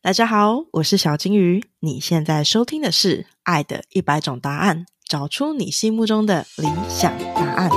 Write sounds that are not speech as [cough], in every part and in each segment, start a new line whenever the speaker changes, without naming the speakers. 大家好，我是小金鱼。你现在收听的是《爱的一百种答案》，找出你心目中的理想答案。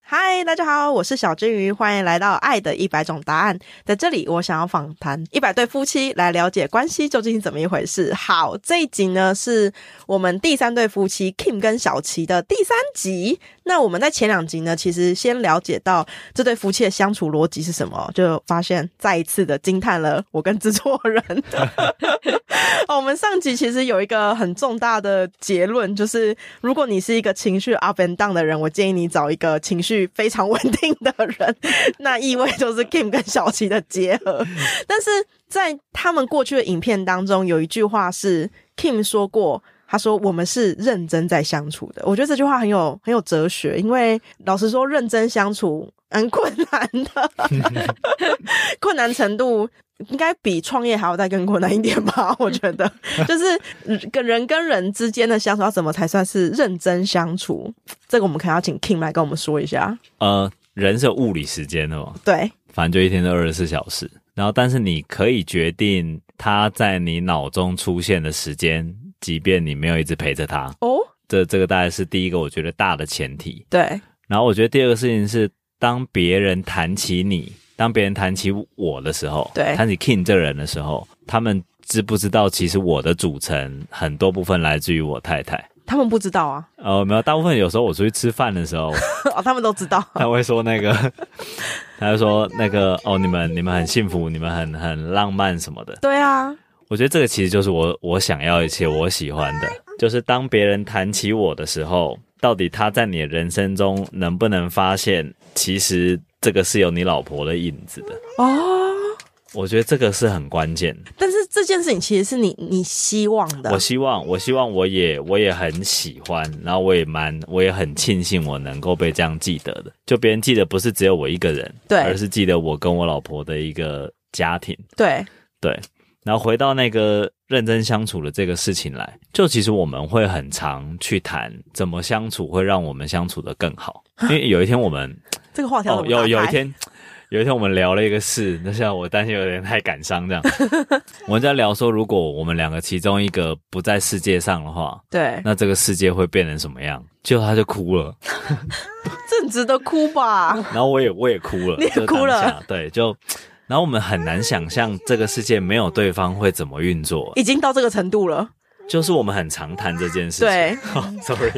嗨，大家好，我是小金鱼，欢迎来到《爱的一百种答案》。在这里，我想要访谈一百对夫妻，来了解关系究竟是怎么一回事。好，这一集呢是我们第三对夫妻 Kim 跟小琪的第三集。那我们在前两集呢，其实先了解到这对夫妻的相处逻辑是什么，就发现再一次的惊叹了我跟制作人。 [laughs] 哦，我们上集其实有一个很重大的结论，就是如果你是一个情绪 up and down 的人，我建议你找一个情绪非常稳定的人， [laughs] 那意味就是 Kim 跟小琪的结合。但是在他们过去的影片当中，有一句话是 Kim 说过。他说：“我们是认真在相处的。”我觉得这句话很有很有哲学，因为老实说，认真相处很困难的，困难程度应该比创业还要再更困难一点吧？我觉得，就是跟人跟人之间的相处，要怎么才算是认真相处？这个我们可能要请 King 来跟我们说一下。
呃，人是有物理时间的嘛，
对，
反正就一天都二十四小时。然后，但是你可以决定它在你脑中出现的时间，即便你没有一直陪着它。
哦，
这这个大概是第一个我觉得大的前提。
对，
然后我觉得第二个事情是，当别人谈起你，当别人谈起我的时候，
对
谈起 King 这个人的时候，他们知不知道其实我的组成很多部分来自于我太太？
他们不知道啊，
呃，没有，大部分有时候我出去吃饭的时候，
哦，他们都知道。
[laughs] 他会说那个，他会说那个哦，你们你们很幸福，你们很很浪漫什么的。
对啊，
我觉得这个其实就是我我想要一些我喜欢的，就是当别人谈起我的时候，到底他在你的人生中能不能发现，其实这个是有你老婆的影子的。
哦，
我觉得这个是很关键。
但是这件事情其实是你你希望的，
我希望，我希望我也我也很喜欢，然后我也蛮我也很庆幸我能够被这样记得的。就别人记得不是只有我一个人，
对
而是记得我跟我老婆的一个家庭，
对，
对。然后回到那个认真相处的这个事情来，就其实我们会很常去谈怎么相处会让我们相处的更好，因为有一天我们
[laughs] 这个话题要
哦
怎么
有
打
有一
开
天。有一天我们聊了一个事，那像我担心有点太感
[laughs]
伤这样。我们在聊说，如果我们两个其中一个不在世界上的话，
对，
那这个世界会变成什么样？结果他就哭了，
正值得哭吧？
然后我也我也哭了，
[laughs] 你也
就当
哭了
下，对，就，然后我们很难想象这个世界没有对方会怎么运作，
已经到这个程度了，
就是我们很常谈这件事情。 [laughs] 哦
对，
，sorry，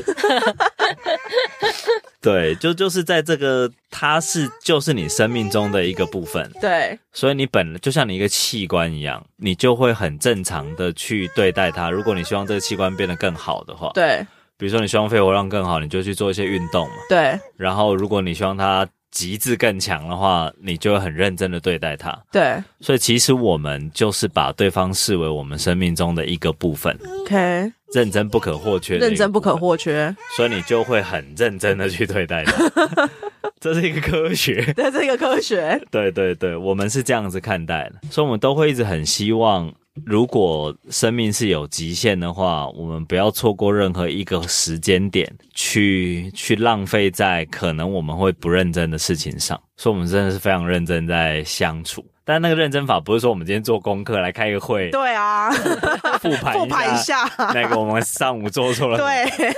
对，就就是在这个，它是就是你生命中的一个部分，
对，
所以你本就像你一个器官一样，你就会很正常的去对待它。如果你希望这个器官变得更好的话，，
对，
比如说你希望肺活量更好，你就去做一些运动嘛。
对，
然后如果你希望它极致更强的话，你就会很认真的对待它。
对
所以其实我们就是把对方视为我们生命中的一个部分，
，OK，
认真不可或缺，
认真不可，或缺，
所以你就会很认真的去对待它。 [laughs] 这是一个科学，
对，这个科学，
对对对，我们是这样子看待的，所以我们都会一直很希望。如果生命是有极限的话，我们不要错过任何一个时间点去去浪费在可能我们会不认真的事情上。所以，我们真的是非常认真在相处。但那个认真法不是说我们今天做功课来开个会
对啊，
复盘
复盘一
下
下，
[laughs] 那个我们上午做错了，，
对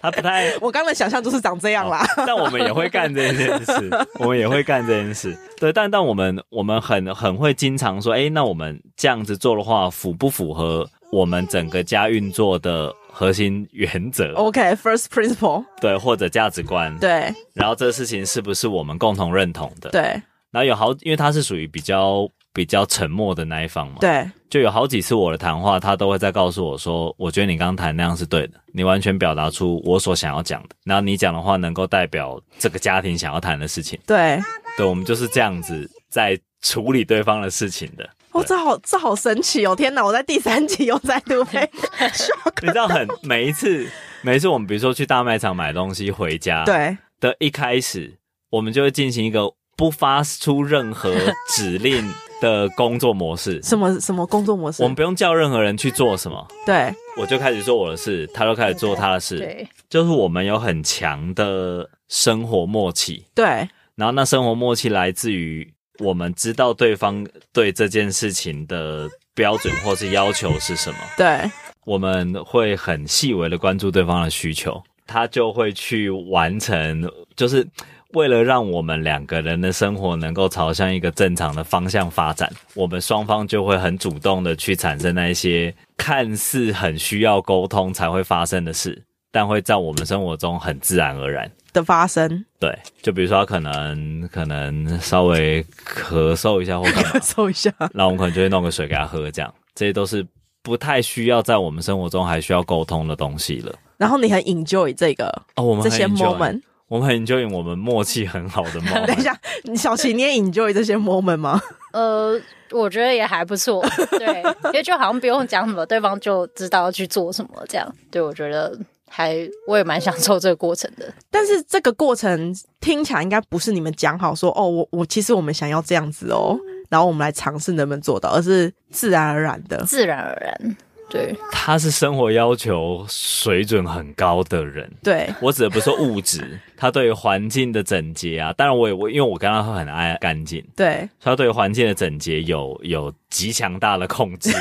他不太
我刚刚的想象就是长这样啦，
哦 [laughs] 但我们也会干这件事，我们也会干这件事。对，但但我们我们很很会经常说，哎，那我们这样子做的话，符不符合我们整个家运作的核心原则？
OK，first principle，
对，或者价值观？。
哦对
然后这个事情是不是我们共同认同的？。
对
然后有好，因为他是属于比较比较沉默的那一方嘛，。
对
就有好几次我的谈话，他都会在告诉我说：“我觉得你刚刚谈那样是对的，你完全表达出我所想要讲的，然后你讲的话能够代表这个家庭想要谈的
[laughs]
事情。
对，”
对，我们就是这样子在处理对方的事情的。
哦，
对
这好这好神奇哦！天哪，我在第三集又再度被 shock，
你知道很，每一次，每一次我们比如说去大卖场买东西回
[laughs]
家，，
对，
的一开始，我们就会进行一个不发出任何指令的工作模式
什么什么工作模式
我，们不用叫任何人去做什么，
对
我就开始做我的事，他就开始做他的事。
对，
就是我们有很强的生活默契，
对
然后那生活默契来自于我们知道对方对这件事情的标准或是要求是什么，
对，
我们会很细微的关注对方的需求，他就会去完成，就是为了让我们两个人的生活能够朝向一个正常的方向发展，我们双方就会很主动的去产生那一些看似很需要沟通才会发生的事，但会在我们生活中很自然而然。
的发生， [laughs]
对，就比如说他可能可能稍微咳嗽一下或干嘛，
搜一下，
那我们可能就会弄个水给他喝，这样这些都是不太需要在我们生活中还需要沟通的东西了。
然后你很 enjoy 这个
哦，我们
这
很
些
enjoy， [laughs]
moment。
我们很 enjoy 我们默契很好的
[laughs]
moment。
等一下，你小琪你也 enjoy 这些 moment 吗？ [laughs]
呃，我觉得也还不错，对，因为就好像不用讲什么，对方就知道要去做什么，这样，对我觉得还我也蛮享受这个过程的。
但是这个过程听起来应该不是你们讲好说哦，我我其实我们想要这样子哦，然后我们来尝试能不能做到，而是自然而然的。
自然而然。对，
他是生活要求水准很高的人，
对，
我指的不是物质，他对于环境的整洁啊，当然我也我因为我刚刚很爱干净，
对，
所以他对于环境的整洁有有极强大的控制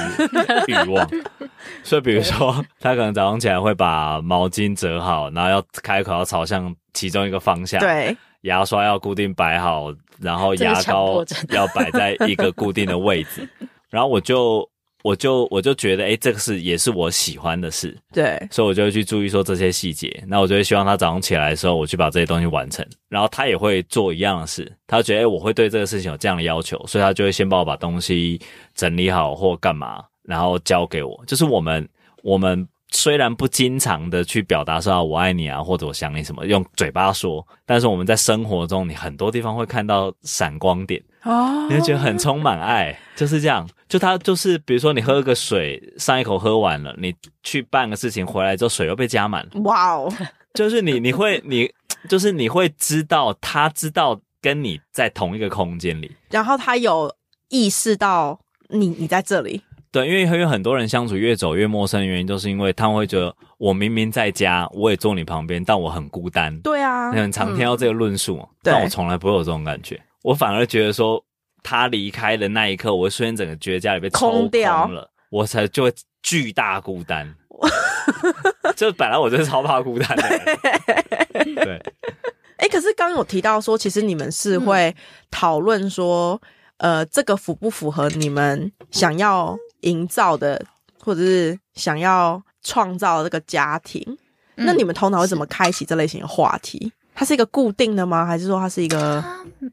欲
[laughs]
望。所以比如说，他可能早上起来会把毛巾折好，然后要开口要朝向其中一个方向，，
对，
牙刷要固定摆好，然后
这个
牙
强
膏
迫症
要摆在一个固定的位置，
[laughs]
然后我就。我就我就觉得，诶，这个是也是我喜欢的事，
对，
所以我就会去注意说这些细节。那我就会希望他早上起来的时候，我去把这些东西完成。然后他也会做一样的事，他觉得、诶我会对这个事情有这样的要求，所以他就会先帮我把东西整理好或干嘛，然后交给我。就是我们我们虽然不经常的去表达说、啊、我爱你啊，或者我想你什么，用嘴巴说，但是我们在生活中，你很多地方会看到闪光点。
哦
你会觉得很充满爱，就是这样。就他就是，比如说你喝个水，上一口喝完了，你去办个事情回来之后，水又被加满了，
哇哦，
就是你你会你就是你会知道他知道跟你在同一个空间里。
然后他有意识到你你在这里，
对，因为因为很多人相处越走越陌生的原因，就是因为他们会觉得我明明在家，我也坐你旁边，但我很孤单。
对啊
你，很常听到这个论述嘛，
嗯对
但我从来不会有这种感觉，我反而觉得说他离开的那一刻，我会瞬间整个觉得家里被抽
空掉
了，我才就会巨大孤
[laughs]
单。就本来我就是超怕孤单的人，对，
哎、可是刚刚有提到说，其实你们是会讨论说，呃，这个符不符合你们想要营造的，或者是想要创造的这个家庭？那你们通常会怎么开启这类型的话题？它是一个固定的吗？还是说它是一个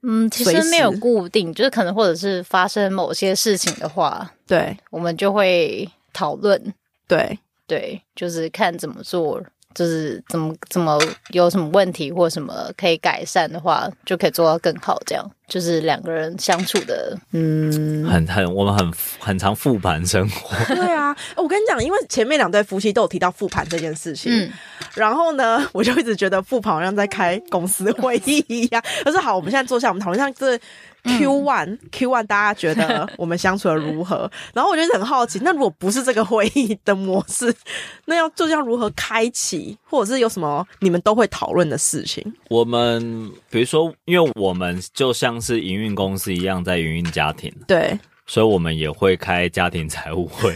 嗯，其
随
实
时
没有固定，就是可能或者是发生某些事情的话，
对
我们就会讨论，
对 [laughs]
对，就是看怎么做，就是怎么怎么有什么问题或什么可以改善的话，就可以做到更好。这样就是两个人相处的，嗯，
很很我们很很常复盘生活，
对啊！我跟你讲，因为前面两对夫妻都有提到复盘这件事情，
嗯
然后呢， [laughs] 我就一直觉得复盘好像在开公司会议一样。可是好，我们现在坐下，我们讨论一下这
嗯
Q one、Q one，大家觉
[laughs]
得我们相处的如何？然后我就一直很好奇，那如果不是这个会议的模式， [laughs] 那要就要如何开启，或者是有什么你们都会讨论的事情？
我们比如说，因为我们就像是营运公司一样，在营运家庭，
对
所以我们也会开家庭财
[laughs]
务会，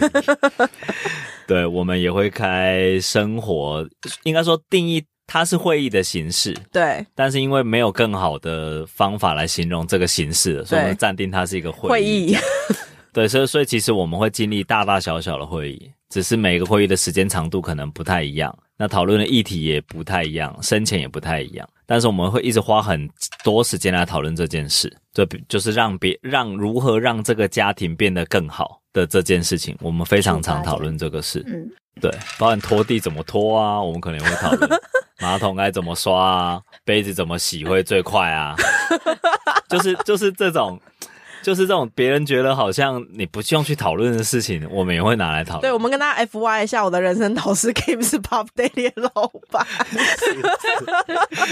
对，我们也会开生活，应该说定义它是会议的形式，
对，
但是因为没有更好的方法来形容这个形式了，所以我们
对
暂定它是一个会议。
会议
对，所以所以其实我们会经历大大小小的会议，只是每个会议的时间长度可能不太一样，那讨论的议题也不太一样，深浅也不太一样。但是我们会一直花很多时间来讨论这件事，就比就是让别让如何让这个家庭变得更好的这件事情，我们非常常讨论这个事。
嗯，
对，包含拖地怎么拖啊，我们可能也会讨
[laughs]
论马桶该怎么刷啊，杯子怎么洗会最快啊， [laughs] 就是就是这种，就是这种别人觉得好像你不用去讨论的事情，我们也会拿来讨
对，
论。
我们跟大家 F Y 一下，我的人生导师 Kim 是 Pop Daily 的老板，
是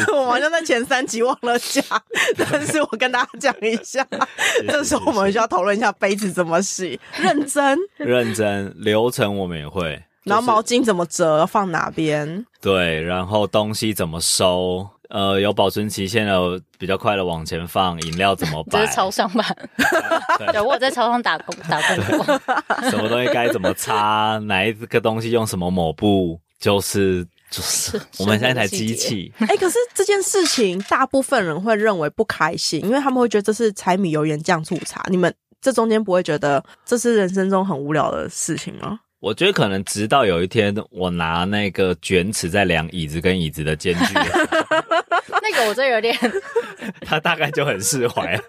是
我好像在前三集忘了讲，但是我跟大家讲一下。
[laughs]
那时候我们需要讨论一下杯子怎么洗，认真。
认真流程，我们也会。
然后
就
[laughs]
是
毛巾怎么折，放哪边？
对，然后东西怎么收，呃有保存期限的比较快的往前放，饮料怎么
这
摆
是，超商吧？
对
对，我有在超商打工打工过，
什么东西该怎么擦，哪一个东西用什么抹布，就是
[laughs]
就是
是
我们现在
生活
台
的细
机
节
器，
哎、可是这件事情大部分人会认为不开心，因为他们会觉得这是柴米油盐酱醋茶。你们这中间不会觉得这是人生中很无聊的事情吗？
我觉得可能直到有一天，我拿那个卷尺在量椅子跟椅子的间距， [laughs]
那个我真的有点，
它大概就很释怀了。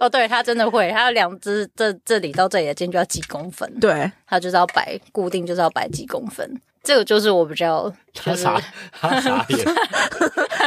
哦，对他真的会，他有两只这这里到这里的间距要几公分，
对，
他就是要摆固定，就是要摆几公分。这个就是我比较，
他
就是
傻，他傻眼。 [laughs]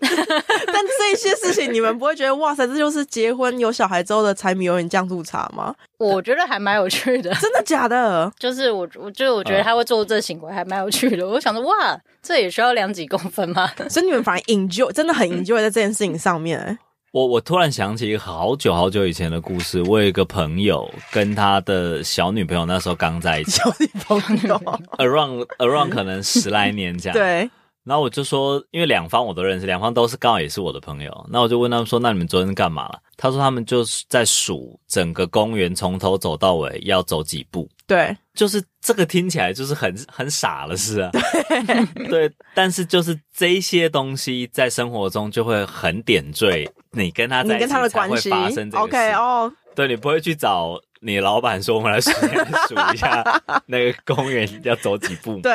但这些事情你们不会觉得哇塞，这就是结婚有小孩之后的柴米油盐酱醋茶
[laughs]
吗？
我觉得还蛮有趣的。
真的假的？
就是我，我就我觉得他会做这行为还蛮有趣的。我想说，哇，这也需要量几公分吗？ [laughs]
所以你们反而 enjoy，真的很
嗯
enjoy 在这件事情上面、哎
我我突然想起好久好久以前的故事，我有一个朋友跟他的小女朋友那时候刚在一起
交女朋
[laughs]
友，
，around around 可能十来年这样。。
对，
然后我就说，因为两方我都认识，两方都是刚好也是我的朋友。那我就问他们说，那你们昨天干嘛了？他说他们就是在数整个公园从头走到尾要走几步。
对，
就是这个听起来就是很很傻了，是啊， [laughs] 对，但是就是这些东西在生活中就会很点缀你跟他
你
在一
跟
起
他的
才
关
会
系
发生这个事
，OK，哦，
对你不会去找你老板说我们来数
[laughs]
数一下那个公园要走几步，
对，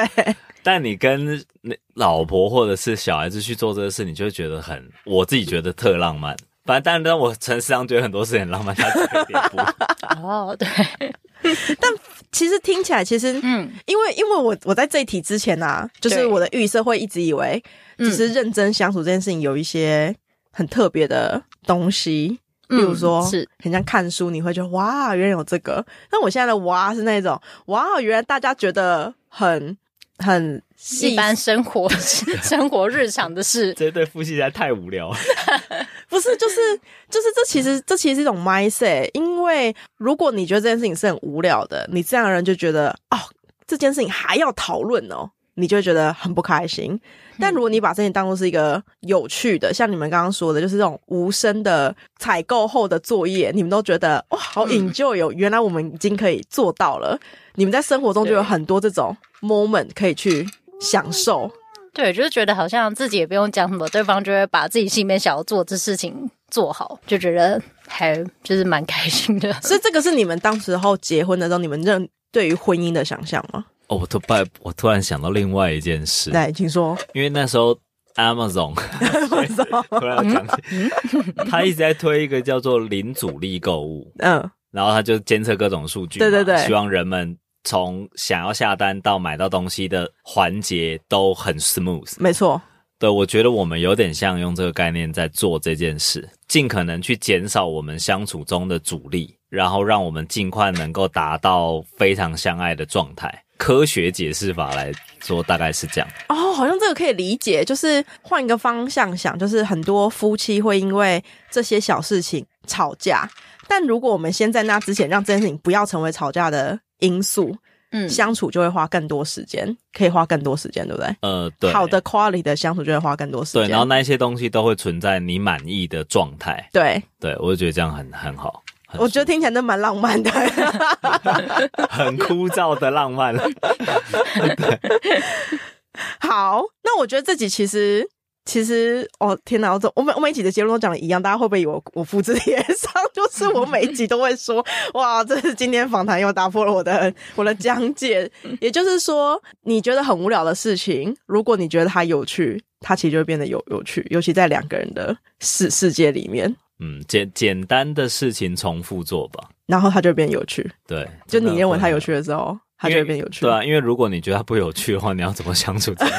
但你跟你老婆或者是小孩子去做这个事，你就会觉得很，我自己觉得特浪漫。反正当然，但我诚实上觉得很多事很浪漫，他只会点不。
[laughs]
哦，对，
其实听起来其实
嗯，
因为因为我我在这一题之前啊，就是
对
我的预设会一直以为，
嗯
就是认真相处这件事情有一些很特别的东西，
嗯
比如说、
是
很像看书，你会觉得哇，原来有这个。但我现在的哇是那种哇，原来大家觉得很很
一
细，
般生活 [laughs] 生活日常的事，
这对夫妻实在太无聊了。
不是就是就是这其实这其实是一种 mindset，因为如果你觉得这件事情是很无聊的，你这样的人就觉得哦，这件事情还要讨论哦。你就会觉得很不开心，
嗯
但如果你把这件当做是一个有趣的，像你们刚刚说的，就是这种无声的采购后的作业，你们都觉得哇，好
嗯
enjoy 哦，原来我们已经可以做到了。你们在生活中就有
对
很多这种 moment 可以去享受，
对，就是觉得好像自己也不用讲什么，对方就会把自己心里面想要做的事情做好，就觉得还就是蛮开心的。
所以这个是你们当时候结婚的时候，你们认对于婚姻的想象吗？
哦，我突然我突然想到另外一件事，
来，请说。
因为那时候 Amazon 突然要讲
嗯
起，他一直在推一个叫做零阻力购物，
嗯，
然后他就监测各种数据嘛，
对对对
希望人们从想要下单到买到东西的环节都很 smooth。
没错，
对，我觉得我们有点像用这个概念在做这件事，尽可能去减少我们相处中的阻力，然后让我们尽快能够达到非常相爱的状态。科学解释法来说，大概是这样。
哦，好像这个可以理解，就是换一个方向想，就是很多夫妻会因为这些小事情吵架，但如果我们先在那之前让这件事情不要成为吵架的因素，
[laughs] 嗯，
相处就会花更多时间，可以花更多时间，对不对？
呃，对，
好的 quality 的相处就会花更多时
对，
间。
然后那一些东西都会存在你满意的状态。
对，
对，我就觉得这样很
[laughs]
很好。很
我觉得听起来都蛮浪漫的。
很枯燥的浪漫了。 [laughs]
好，那我觉得这集其实其实哦，天哪！我这我每我每一集的结论都讲的一样，大家会不会以为我我复制贴上？ [laughs] 就是我每一集都会说，哇，这是今天访谈又打破了我的我的疆界。也就是说，你觉得很无聊的事情，如果你觉得它有趣，它其实就会变得有有趣，尤其在两个人的世世界里面，
嗯，简简单的事情重复做吧。
然后它就会变有趣。
对，
就
真的
你认为它
会
有趣的时候，它就会变有趣。
对啊，因为如果你觉得它不有趣的话，你要怎么相
[laughs]
处这个？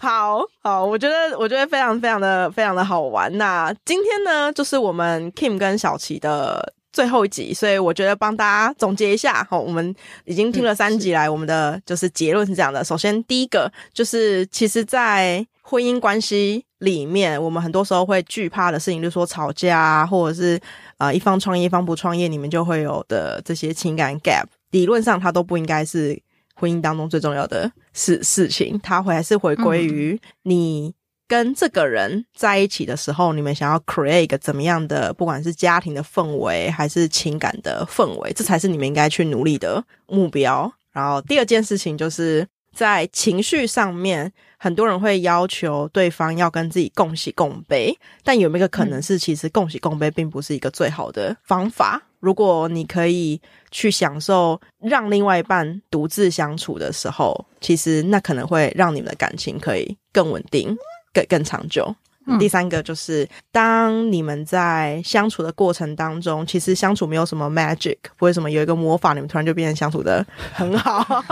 好好，我觉得我觉得非常非常的非常的好玩。那今天呢，就是我们 Kim 跟小琪的最后一集，所以我觉得帮大家总结一下。好，我们已经听了三集来，我们的就是结论是这样的：首先，第一个就是，其实，在婚姻关系里面，我们很多时候会惧怕的事情，就是说吵架啊，或者是呃一方创业一方不创业，你们就会有的这些情感 gap，理论上它都不应该是婚姻当中最重要的事事情，它还是回归于你跟这个人在一起的时候，你们想要 create 一个怎么样的，不管是家庭的氛围还是情感的氛围，这才是你们应该去努力的目标。然后第二件事情就是在情绪上面，很多人会要求对方要跟自己共喜共悲，但有没有一个可能是，其实共喜共悲并不是一个最好的方法？如果你可以去享受让另外一半独自相处的时候，其实那可能会让你们的感情可以更稳定、更更长久。
嗯
第三个就是，当你们在相处的过程当中，其实相处没有什么 magic，不会什么有一个魔法，你们突然就变成相处的很好。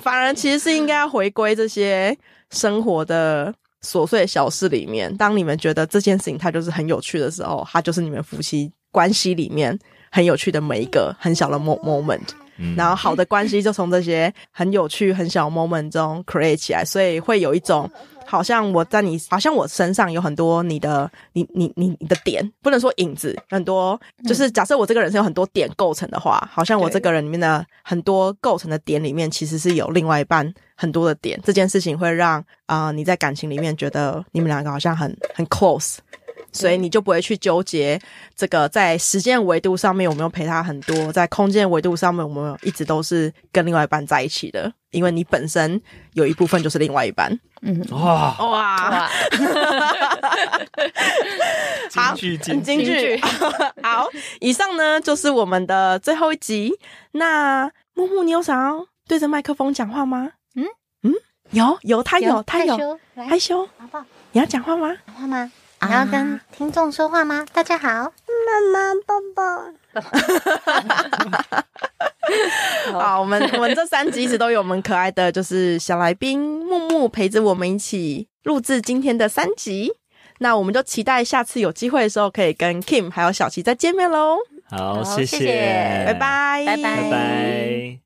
反而其实是应该要回归这些生活的琐碎小事里面。当你们觉得这件事情它就是很有趣的时候，它就是你们夫妻关系里面很有趣的每一个很小的 mo- moment。
嗯
然后好的关系就从这些很有趣、很小的 moment 中 create 起来，所以会有一种好像我在你，好像我身上有很多你的、你、你、你、你的点，不能说影子，很多就是假设我这个人是有很多点构成的话，好像我
对
这个人里面的很多构成的点里面，其实是有另外一半很多的点，这件事情会让啊、呃你在感情里面觉得你们两个好像很很 close，所以你就不会去纠结这个在时间维度上面有没有陪他很多，在空间维度上面我们一直都是跟另外一半在一起的，因为你本身有一部分就是另外一半。
嗯，
哇，
哇， [laughs]
哇，
好
京剧京
很京剧。 [laughs] 好，以上呢就是我们的最后一集。那木木，你有想要对着麦克风讲话吗？
嗯
嗯，有有，他有他有
羞来
害羞，
好不好？
你要讲话吗？
讲话吗？你要
啊
跟听众说话吗？大家好，妈妈抱抱。
好，我们我们这三集一直都有我们可爱的就是小来宾木木陪着我们一起录制今天的三集。那我们就期待下次有机会的时候，可以跟 Kim 还有小琪再见面喽，
好，
好
谢
谢谢
拜
拜拜，
拜拜
拜拜。